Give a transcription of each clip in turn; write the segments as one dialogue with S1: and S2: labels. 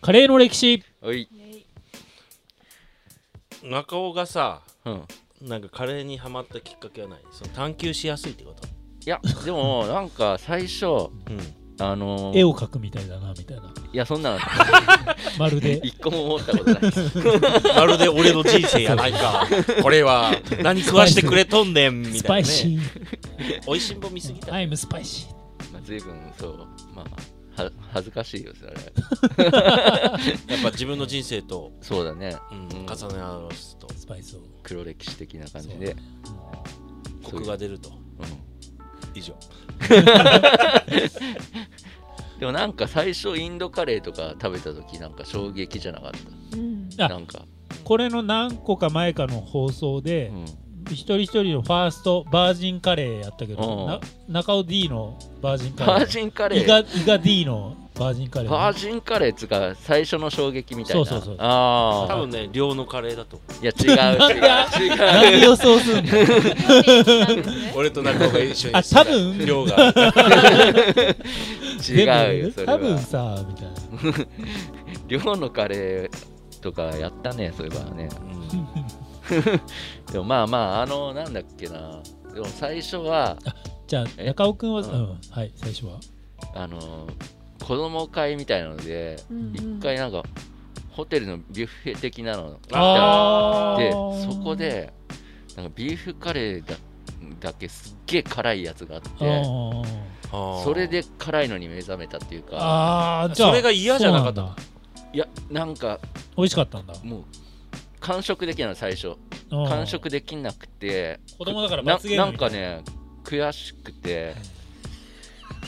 S1: カレーの歴史
S2: おい
S3: 中尾がさ
S2: うん
S3: なんかカレーにハマったきっかけはないその探求しやすいってこと
S2: いやでもなんか最初
S3: うん
S2: あの
S1: 絵
S2: ー、
S1: を描くみたいだなみたいない
S2: やそんなの
S1: まるで
S2: 一個も思ったことないです
S3: まるで俺の人生やな いかこれは何食わしてくれとんねんみ
S1: ス
S3: た
S1: パ
S3: い
S1: イ
S3: な、ね、
S1: シ
S3: おいしんぼ見すぎ
S1: ー
S3: た
S1: I'm スパイシー
S2: まあ、随分そうまあは恥ずかしいよそれ
S3: やっぱ自分の人生と、
S2: そうだね
S3: うん、重ね合わすと
S1: スパイスを
S2: 黒歴史的な感じで
S3: コクが出ると以上
S2: でもなんか最初インドカレーとか食べた時なんか衝撃じゃなかっ
S4: うん
S1: あ
S2: たなんか、
S1: これの何個か前かの放送
S2: う
S1: で、
S2: ん、
S1: 一人一人のファーストバージンカレーやったけど、
S2: うん
S1: な中尾 D のバージンカレー
S2: バージンカレ
S1: イガ
S2: ー
S1: イガ D のバージンカレー、
S2: バージンカレーっつうか最初の衝撃みたいな
S1: そうそうそう
S2: あ
S3: 多
S2: あ
S3: 分ね量のカレーだと思う
S2: いや違う違う違う
S1: 何予想すんの
S3: 俺と中尾が一緒に
S1: あ多分
S3: 量が
S1: でも
S2: 違うよそれ
S1: 多分
S2: は
S1: さみたいな
S2: 寮のカレーとかやったねそういえばね
S3: うん
S2: でもまあまああのなんだっけなでも最初は
S1: じゃあ
S2: え
S1: 中尾君は、う
S2: うんん
S1: はい最初は
S2: あの子供会みたいなので
S4: うん
S2: 一回なんかホテルのビュッフェ的なのがあ
S1: あ
S2: って
S1: ー
S2: そこでなんかビーフカレーだだけすっげえ辛いやつがあっ
S1: あ
S2: て
S1: ー
S2: それで辛いのに目覚めたっていうか
S1: あーじゃあ
S3: それが嫌じゃなかった
S1: そうなんだ
S2: いやなんか
S1: 美味しかったんだ
S2: もう完食できないの最初
S1: うん
S2: 完食できなくて
S1: 子供だから
S2: な
S1: 罰ゲーム
S2: なんかね悔しくて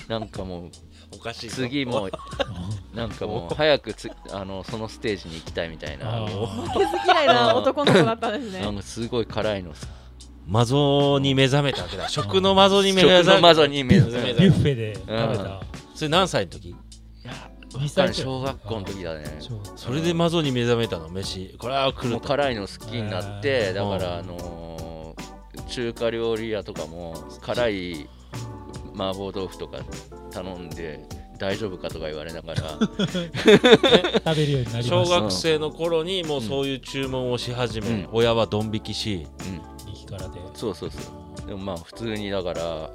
S2: なんかも
S3: おかし
S2: う
S3: いぞ
S2: 次も
S1: う
S2: うなんかも う早くつあのそのステージに行きたいみたい
S1: んあ
S2: な
S1: ー
S4: 嫌いな男の子だったんです
S2: なん
S4: ね。
S2: かすごい辛いの
S3: マゾに目覚めたわけだ食のマゾに目
S2: 食
S3: 覚
S2: の
S3: め
S2: マ
S3: た
S2: ゾに目覚
S3: 目
S2: め
S3: 覚
S2: た
S3: め
S1: ビュッフェで食べた
S3: それ何歳の時
S1: 二
S2: 多
S1: 歳く
S2: 分
S1: らい
S2: 小学校の時だね
S1: そう
S3: それでマゾに目覚めたの飯これは来
S2: も
S3: る
S2: う
S3: と
S2: 辛いの好きになっ
S1: う
S2: て
S3: ん
S2: だからあのー中華料理屋とかも辛い麻婆豆腐とか頼んで大丈夫かとか言われな がら
S1: 食べるようになりました
S3: 小学生の頃にもうそういう注文をし始め、
S2: うん
S3: 親はドン引きし
S1: 激辛で
S2: そうそうそうでもまあ普通にだから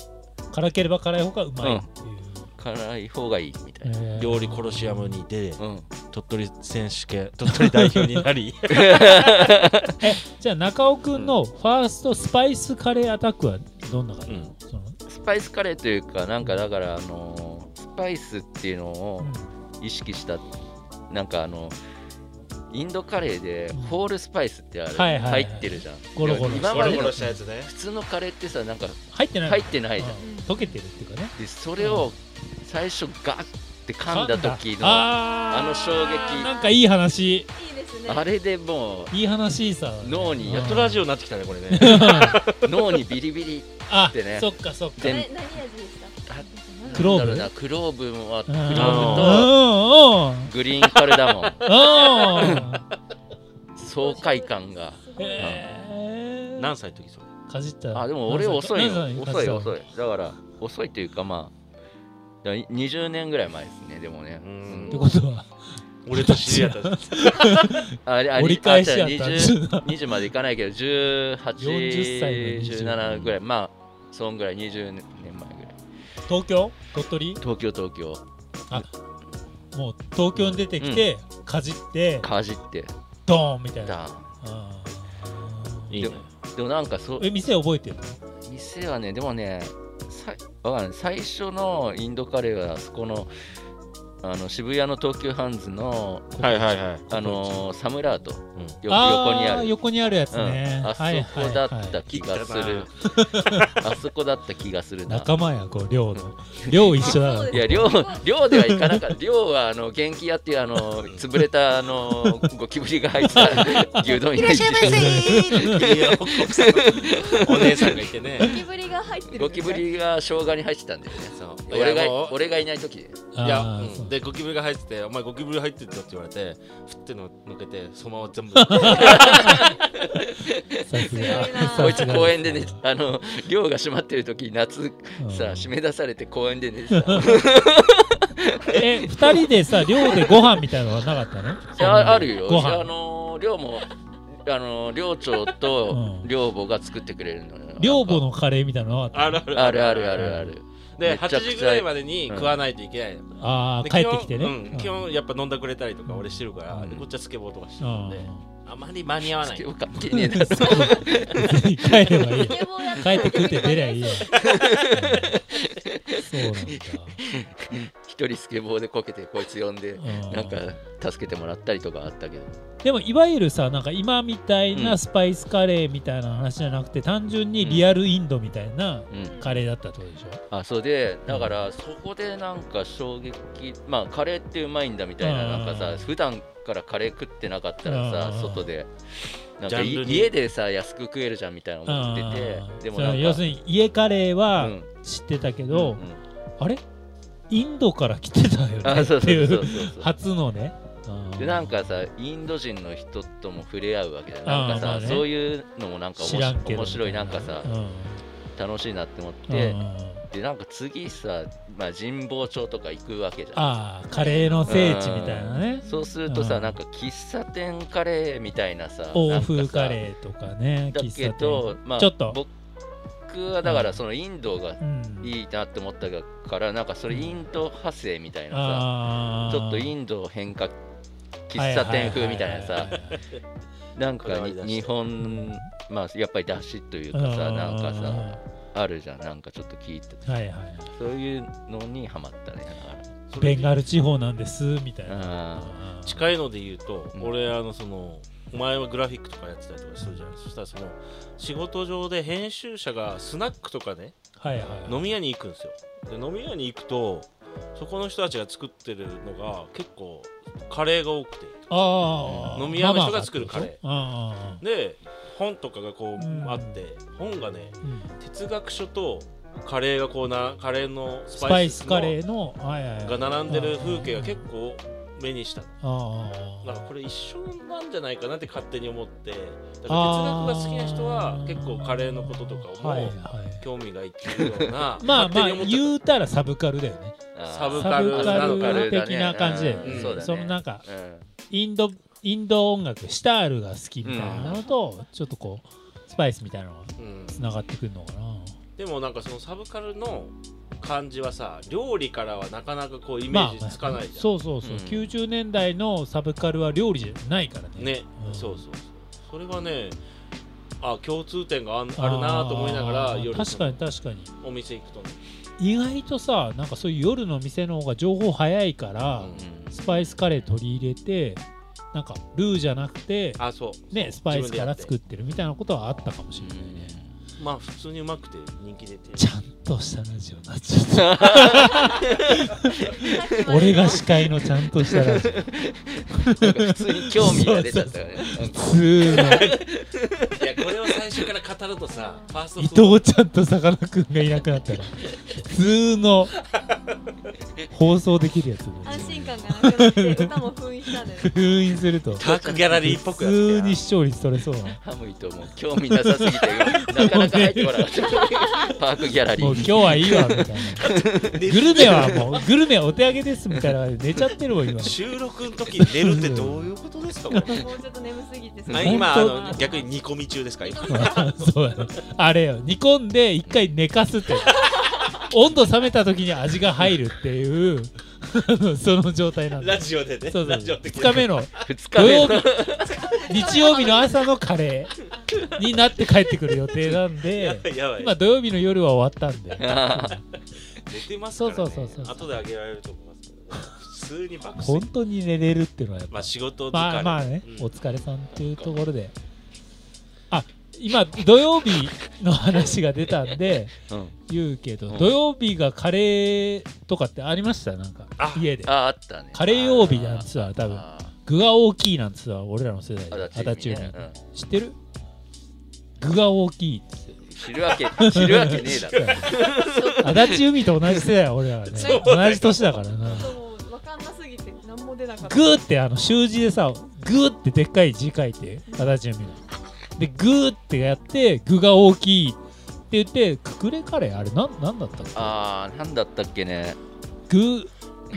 S1: 辛ければ辛い方がうまいっていう、
S2: 辛い方がいいみたいな
S1: えー
S3: 料理コロシアムに出
S2: うん
S3: 鳥取選手権 鳥取代表になり
S1: えじゃあ中尾くんのファーストスパイスカレーアタックはどんな感じ、
S3: うん
S1: その
S2: スパイスカレーというかなんかだからあのースパイスっていうのを意識したなんかあのインドカレーで
S1: うん
S2: ホールスパイスってあれ
S1: はいはいはい
S2: 入ってるじゃん、
S1: ゴロゴロ
S2: 今ま
S1: ゴロ
S2: で
S1: ゴ
S2: の
S1: ロ
S2: 普
S3: やつね
S2: 通のカレーってさなんか
S1: 入ってない
S2: 入ってないじゃん
S1: うん溶けてるっていうかね
S2: でそれを最初ガッて噛んだ時の
S1: あ
S2: あ
S1: ー
S2: あの衝撃
S1: なんかいい話
S4: いいですね。
S2: れでも
S1: いい話さ
S2: う脳に
S3: やっとラジオになってきたねこれね
S2: 脳にビリビリ
S1: あ
S2: ってね
S1: そっかそっか
S2: 全
S4: 何味でした？
S1: クロー
S2: な
S1: ブ
S2: んだろうなクローブもあクロ
S1: うん
S2: ーブとグリーンカルダモン
S1: うんうんうん
S2: 爽快感が
S1: えー
S3: 何歳の時それ
S1: かじった
S2: あでも俺遅いの遅い遅
S1: い
S2: いだから遅いというかまあだから20年ぐらい前ですねでもね
S3: う
S2: うんん
S1: ってことは
S3: 俺と知り合った
S2: あれあ
S1: 折り返しや
S2: あ
S1: っ
S2: じ
S1: た
S2: ゃあ 20, 20までいかないけど
S1: 40歳の20
S2: 1817ぐらいまあそんぐらい20年前ぐらい
S1: 東京鳥取
S2: 東京東京
S1: もう東京に出てきて、かじって
S2: かじって
S1: ドーンみたいな
S2: た
S1: あー
S3: いいね
S2: でもなんかそう
S1: え店覚えてる
S2: 店はねでもねさわかんない最初のインドカレーはそこのあの渋谷の東急ハンズの、
S3: はいはいはい
S2: あのーサムラート、
S3: ん
S2: よ
S1: あ
S2: 横にあ
S1: ー
S2: る
S1: 横にあるやつ
S2: うん
S1: ね、
S2: あそ
S1: はい
S2: こだっ
S1: はいは
S2: た
S1: い
S2: 気がする、あそこだった気がするな
S1: 仲間やこう寮の寮一緒だから
S4: そう
S2: いや寮寮では行かなかった寮はあの元気屋っていうあの潰れたあのゴキブリが入った牛丼屋
S4: いらっしゃいませ。
S3: いや奥さんお姉さんがいてね
S4: ゴキブリが入ってる。
S2: ゴキブ。リが生姜に入ってたんだよね
S3: そう
S2: 俺
S3: いやも
S2: が
S3: う
S2: 俺がいない時で
S3: いや、
S1: あー
S3: うん
S1: そう
S3: でゴキブリが入ってて「お前ゴキブリ入ってるよ」って言われてふっての抜けてそのまま 全部
S1: さす
S4: 強いな
S1: が
S4: あ
S2: こいつ公園でね、あの寮が閉まってる時夏
S1: うん
S2: さ、締め出されて公園で寝てた。
S1: え、二人でさ、寮でご飯みたいなのはなかったの
S2: いやあるよ。
S1: ご
S2: あ
S1: 飯。
S2: の寮も あの寮長と
S1: うん
S2: 寮母が作ってくれるのよ。
S1: 寮母のカレーみたいなのはなかっ
S3: あるある
S2: あるあるあるある。
S3: で
S2: めちゃくちゃ
S3: 8時ぐらいまでに食わないといけないの、
S1: たああ、
S3: で
S1: 帰ってきてね。
S3: 基本,、うん、基本やっぱ飲んだくれたりとか俺してるから、
S2: うん
S3: でこっちはスケボーとかしてるんで、
S1: う
S3: あまり間に合わない
S2: よかねえな。
S1: ん。 帰ればいい。
S4: スケボーや
S1: 帰ってくって出り ゃいいや。
S4: よ
S1: そうなんだ。
S2: 一人スケボーでこけてこいつ呼んで。
S1: うん
S2: なんか助けてもらったりとかあったけど、
S1: でもいわゆるさなんか今みたいうなんスパイスカレーみたいな話じゃなくて単純にリアルインドみたいな
S2: うん、
S1: カレーだったってことでしょ、
S2: あそうでだからそこでなんか衝撃まあカレーってうまいんだみたいな
S1: うん
S2: なんかさ普段からカレー食ってなかったらさ
S1: うん
S2: 外でなんかい
S3: ジャンルに
S2: 家でさ安く食えるじゃんみたいな思ってて
S1: うん
S2: でもなん
S1: そ
S2: か
S1: う要するに家カレー
S2: う
S1: は
S2: ん
S1: 知ってたけ
S2: うんう
S1: ど、
S2: ん
S1: あれインドから来てたよね
S2: あそう
S1: っ
S2: そ
S1: ていうう
S2: そう そうそう
S1: 初のね
S2: でなんかさインド人の人とも触れ合うわけじゃんなんか
S1: あーま
S2: さ、
S1: あね
S2: そういうのもなんかおもし
S1: 知らんけど
S2: 面白いなんかさ
S1: うん
S2: 楽しいなって思っ
S1: う
S2: て
S1: ん
S2: でなんか次さ、まあ、神保町とか行くわけじゃん
S1: ああカレーの聖地みたいなね
S2: そうするとさ、
S1: うん
S2: なんか喫茶店カレーみたいなさ
S1: 欧風カ
S2: ー
S1: レーとかね
S2: だ
S1: 喫
S2: け
S1: 茶
S2: ど
S1: 店、
S2: まあ、
S1: ちょっと、
S2: 僕はだからそのインドが
S1: うん、
S2: いいなって思ったからなんかそれインド派生みたいなさ、
S1: ああ
S2: ちょっとインド変化喫茶店風みたいなさなんかに日本まあやっぱり出汁というかさなんかさあるじゃんなんかちょっと聞いて
S1: さはいはいはい
S2: そういうのにハマったね
S1: ベンガル地方なんですみたいな
S2: あ
S3: 近いので言うと、
S2: うん
S3: 俺あのそのお前はグラフィックとかやってたりとかするじゃん、そしたらその仕事上で編集者がスナックとかね
S1: はいはい
S3: 飲み屋に行くんですよで飲み屋に行くとそこの人たちが作ってるのが結構カレーが多くて
S1: ああ
S3: 飲み屋の人が作るカレー
S1: ああ
S3: で本とかがこう
S1: うん
S3: あって、本がね
S1: うん
S3: 哲学書とカレーがこうなカレーのス
S1: スパ
S3: パイ
S1: イ
S3: ス
S1: ス
S3: の
S1: カレーのはいはいはい
S3: が並んでる風景が結構目にした
S1: あ
S3: なんか
S1: あ
S3: これ一緒なんじゃないかなって勝手に思ってだから哲
S1: あ
S3: 学が
S1: あ
S3: 好きな人は結構カレーのこととか
S1: はいは
S3: も
S1: い
S3: 興味がいってるような
S1: まあま
S3: 勝手
S1: あ
S3: に思っ
S1: 言うたらサブカルだよね
S2: あ
S3: サブ
S1: サ
S3: カル
S1: ブ
S3: サ
S1: カ
S3: ブカ
S1: ル
S3: ル
S1: 的な感じだよ
S3: ね
S1: ね
S3: そうだ
S1: そのなんか
S2: うん
S1: インドインド音楽シタールが好きみたいなのとちょっとこうスパイスみたいなのが
S3: た、うん
S1: つながってくるのかな
S3: でもなんかそのサブカルの感じはさ料理からはなかなかこうイメージつかないじゃん、
S1: そうそうそう、
S2: うん
S1: 90年代のサブカルは料理じゃないからね
S3: ね、
S1: うん
S3: そうそうそうそれはねあ共通点があんあるなと思いながら
S1: あー
S3: 夜
S1: 確かに確かに
S3: お店行くとね
S1: 意外とさなんかそういう夜の店の方が情報早いから、
S3: うん
S1: スパイスカレー取り入れてなんかルーじゃなくて
S3: あそう
S1: ねスパイスから作
S3: っ
S1: ってるみたいなことはあったかもしれないね、
S3: まあ普通にうまくて人気出て
S1: ちゃんとしたラジオになっ ちゃった俺が司会のちゃんとしたラジオ
S2: なんか普通に興味が出ちゃったよね。
S1: 普通の
S3: いやこれを最初から語るとさファースト
S1: 伊
S3: フード
S1: 藤ちゃんとさかなクンがいなくなったら普通の放送できるやつだよ
S4: 安心感がなくなって歌も封印したんだよね
S1: 封印すると
S3: ダークギャラリーっぽ
S1: 普
S3: くなって
S1: 通に視聴率取れそうな
S2: ハムイともう興味なさすぎて、なかなか入ってこなかった。パークギャラリ
S1: もう今
S2: ー。
S1: 日はいいわみたいなグルメはもうグルメはお手上げですみたいな感じで寝ちゃってるわ 今
S3: 収録の時に寝るってどういうことですかこれ
S4: もうちょっと眠すぎて
S3: あ今あの逆に煮込み中ですか今
S1: そうだねあれよ煮込んで一回寝かすって温度冷めた時に味が入るっていう あのその状態なん
S3: ラ
S1: だ
S3: ジオでね
S1: そうそう
S3: ラジオで
S1: 2日目の
S2: 2
S1: 土
S2: 日目
S1: 曜
S2: の
S1: 日日曜日の朝のカレーになって帰ってくる予定なん
S3: や
S1: で
S3: ばいやばい
S1: 今土曜日の夜は終わったんで
S2: あー
S3: 寝てますから、ね、
S1: そうそうそうそう
S3: 後であげられると思いますけど、ね、普通に爆
S1: 本
S3: 睡
S1: 当に寝れるっていうのはやっ
S3: ま
S1: ぱ
S3: あ仕事疲れ、
S1: まあまあね、
S3: うん
S1: お疲れさんっていうところであ今土曜日の話が出たんで
S2: うん
S1: 言うけど、
S2: うん
S1: 土曜日がカレーとかってありましたなんか
S3: あ
S1: 家で
S2: あー、あったね。
S1: カレー曜日なんつうのは多分
S2: あ
S1: 具が大きいなんつうのは俺らの世代
S2: ー
S1: で
S2: 足
S1: 足
S2: 立
S1: 立
S2: 由
S1: 由
S2: 美ね
S1: 美知ってる具が大きいって
S2: うん知るわけ、知るわけねえだ ろ。
S1: 足立由美と同じ世代俺らはね
S3: そうだよ
S1: 同じ年だからな
S4: もう分かんなすぎて何も出なかった
S1: グーってあの習字でさグーってでっかい字書いて足立由美がでグーってやって具が大きいって言ってくくれカレーあれなんなんだったっけ
S2: ああ、なんだったっけね。
S1: グー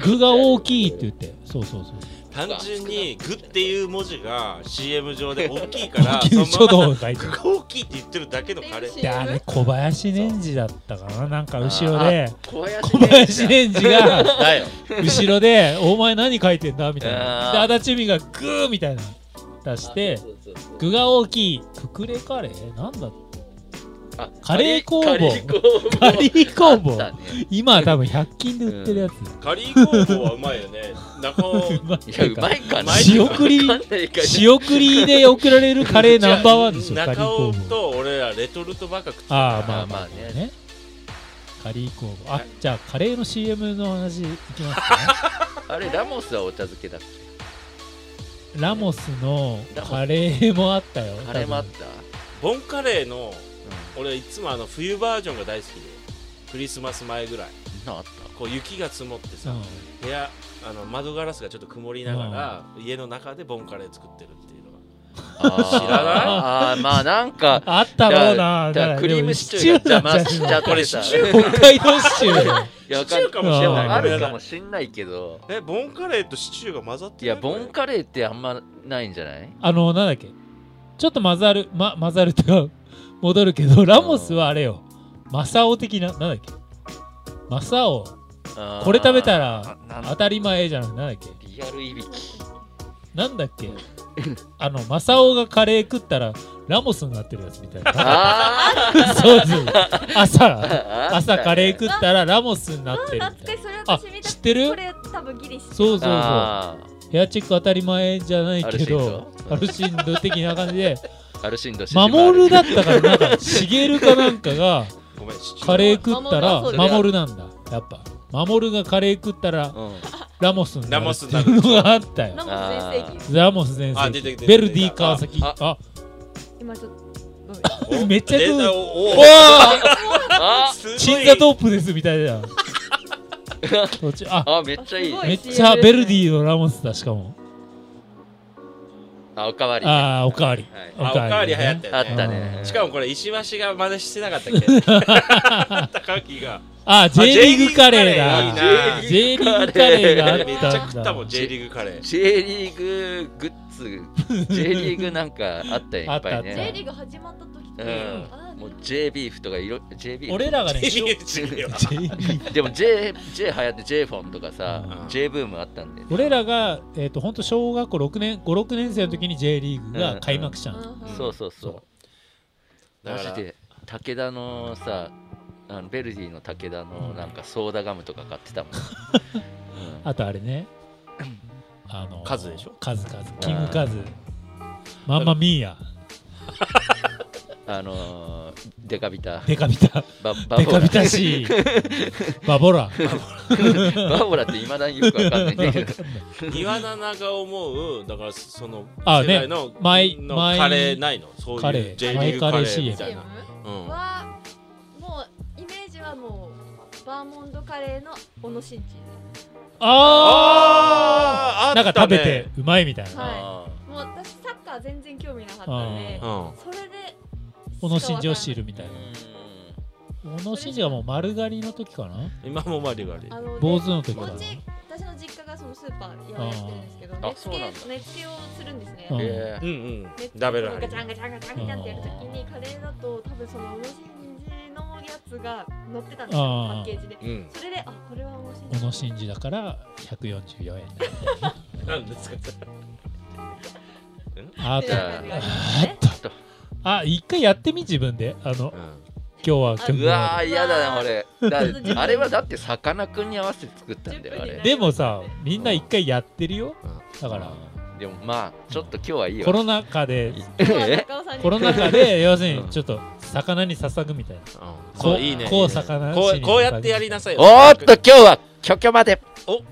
S1: 具が大きいって言ってそうそうそう
S3: 単純に「具」っていう文字が CM 上で大きいから
S1: 大きい
S3: そのま
S1: 書
S3: ま
S1: 道が書いてある
S3: 具が大きいって言ってるだけのカレー
S1: であれ小林年次だったかななんか後ろで
S2: あ小林
S1: 小林年次が
S3: だよ
S1: 後ろで「お前何書いてんだ?」みたいなで
S2: あー
S1: 足立美がグーみたいなの出して具が大きいくくれカレーなんだカレー工房カリー工房
S2: あったね
S1: 今は多分100均で売ってるやつ、
S3: カリー工房はうまいよね中尾
S1: うまい
S2: いやうまいかな
S3: 仕
S1: 送り
S2: わかんないかな
S1: 仕送りで送られるカレーナンバーワンでしょカリー
S3: 中
S1: 工
S3: 尾
S1: 房
S3: と俺らレトルトばっか食ってた
S1: ああ
S3: から
S1: まあまあねカリー工房あじゃあカレーの CM の話いきます か、
S2: あれラモスはお茶漬けだっ
S1: ね、ラモスのカレーもあったよ
S2: けカレーもあっ
S3: ボンカレーの
S2: た
S3: 俺いつもあの冬バージョンが大好きでクリスマス前ぐらい
S2: うんなんかあっ
S3: こう雪が積もって
S1: 多
S3: さ、
S1: 分
S3: 部屋あの窓ガラスがちょっと曇りながら、家の中でボンカレー作ってるっていうのが
S2: たあー
S3: 知らない
S2: あーまあなんか
S1: あったろうな
S2: だからクリームシチューが邪魔しちゃっ
S3: これ
S2: て
S3: シ
S2: さ
S3: チュー
S1: 北海道シチューだよ
S2: いやわかん
S3: シチューかもしれない
S2: やあるかもしんないけど
S3: えボンカレーとシチューが混ざって
S2: い
S3: る
S2: やボンカレーってあんまないんじゃない
S1: あのなんだっけちょっと混ざる、ま、混ざるとか 戻るけどラモスはあれよマサオ的ななんだっけマサオこ
S2: こ
S1: れ食べたら
S2: なん
S1: 当たり前じゃんなんだっけ
S2: リアルいびき
S1: なんだっ けあのマサオがカレー食ったらラモスになってるやつみたいな
S2: あ
S1: そうそう朝
S2: ー
S1: 朝カレー
S2: っ
S1: 食ったらラモスになってる
S4: あっ
S1: みたいな
S4: てそれ
S1: あ
S4: 私見た
S1: 知って
S4: こ
S1: る
S4: れ多分ギリシ
S1: そうそうそう
S2: あー
S1: ヘアチェック当たり前じゃないけどア
S2: アル
S1: ルシンド的な感じで
S2: アルシンド
S1: 守るだ
S2: だ
S1: ったからなんかしげるかなんかが
S3: ごめんシチュー
S1: カレー食った ら
S4: 守
S2: る
S1: 守るなんだやっぱ守るがカレー食ったら
S2: うん
S1: ラモスにな
S3: ラ
S1: る
S3: モ
S1: って
S3: スになる
S1: いうのがあった
S4: ナ
S1: よ
S4: モス全盛期
S1: ラモス全
S3: あ出て
S1: 盛
S3: きて
S1: 期
S3: る
S1: ベルディ川崎
S2: あ
S1: あ
S4: 今ちょっとごめん
S3: お
S1: めっちゃ食う
S3: データをお
S1: お
S3: お
S1: ー
S2: あ
S3: すごい
S1: 鎮座トープですみたい な途中あ
S2: あめっちゃいい
S4: すごい
S1: めっちゃベルディのラモスだしかも
S2: あおかわり
S1: あーおかわり
S2: はい
S3: あおかわり流行ったよね
S2: あったね
S1: うん
S3: しかもこれ石橋が真似してなかったっけ 高木が
S1: あ J リーグカレー
S3: いい
S1: だ
S3: な
S1: J リーグカレーがあ
S3: めっちゃ
S1: っ
S3: 食ったたも
S1: ん
S3: ん
S1: だ
S3: J リーグカレー
S2: J リーググッズ J リーグなんかあったよいっぱい
S1: あったあった
S4: J
S2: ね
S4: リーグ始まった時と
S2: う
S4: か
S2: ん
S4: あ
S2: もう J ビーフとかいろ J ビーフ
S1: 俺らがね
S3: J リーグ違うよ
S1: J リーグ
S2: でも J, J 流行って J フォンとかさ、
S3: うん
S2: J ブームあったんで
S1: 俺らが、えー、と本当小学校6年56年生の時に J リーグが開幕したの、
S4: うん
S2: そうそうそう
S3: だ
S2: マ
S3: から
S2: ジで武田のさあのベルディの武田のなんかソーダガムとか買っ てたもん、うん
S1: あとあれねあの
S3: カズでしょ
S1: カズカズキングカズマンマミーヤ
S2: あのー、デカビタ
S1: デカビタ
S2: バ
S1: デカビ
S2: ラ
S1: タしバボラ
S2: バボラっていまだによくわかんないんだけ ど
S3: 岩永が思うだからその
S1: あ
S3: 世代の
S1: ねマイ
S3: の
S1: マイ
S3: カレーないのそう
S1: カレ
S3: いう
S1: ー
S3: J リ
S1: マ
S3: ー
S1: イ
S3: グ
S1: カ
S3: カ
S1: レ
S3: レ
S1: ー
S3: ーみ
S4: チ
S3: たい
S4: ー
S3: な
S4: ム
S3: うん
S4: はもうイメージはもうバーモンドカレーの小野伸二
S1: ああ
S3: あーあ
S1: なん
S3: ったね
S1: か食べてうまいみたいな
S4: は
S2: あ
S4: もう私サッカー全然興味なかったんで
S3: うん
S4: それで
S1: 小野伸二を知
S4: る
S1: るみたい
S2: ー
S1: な小野伸二はもう丸刈りの時かな
S3: 今もマリガリ
S4: あの
S1: 坊主の時
S4: お
S1: かな
S4: うち私の実家がそのスーパーやってるんですけど
S2: あーあ
S4: 根付
S2: そうなんだ
S4: け根付けをするんですね
S1: う
S2: うんんえ
S3: うん
S2: ー
S3: うん
S4: 根付け
S3: ダベル
S4: を
S3: ハ
S4: ガ
S3: リ
S4: チャンガチャンガチャンガチャンってやるときにカレーだと多分その小野伸二のやつが乗ってたんですよ
S1: あー
S4: パッケージで
S3: うん
S4: それであこれは小野伸二
S1: 小野伸二だから144円
S3: なんですか
S1: あと
S4: ってな感じがありますね
S1: あとあ一回やってみ自分であの今日は曲
S2: うわ
S1: が
S2: ー嫌だな俺だ
S4: ちょっと自分
S2: あれはだってさかなクンに合わせて作ったんだよあれ
S1: でもさみんな一回やってるよだか
S2: だ
S1: ら
S2: でもまあちょっと今日はいいよ
S1: コロナ禍で
S4: 今日は
S2: え
S4: 中尾さんに
S1: コロナ禍で要するにちょっと魚に捧ぐみたいな
S3: うん
S1: こ
S3: そうういいね
S1: こう魚
S3: こうこうやってやり
S1: な
S3: なさいよ
S2: おーっと今日は虚虚まで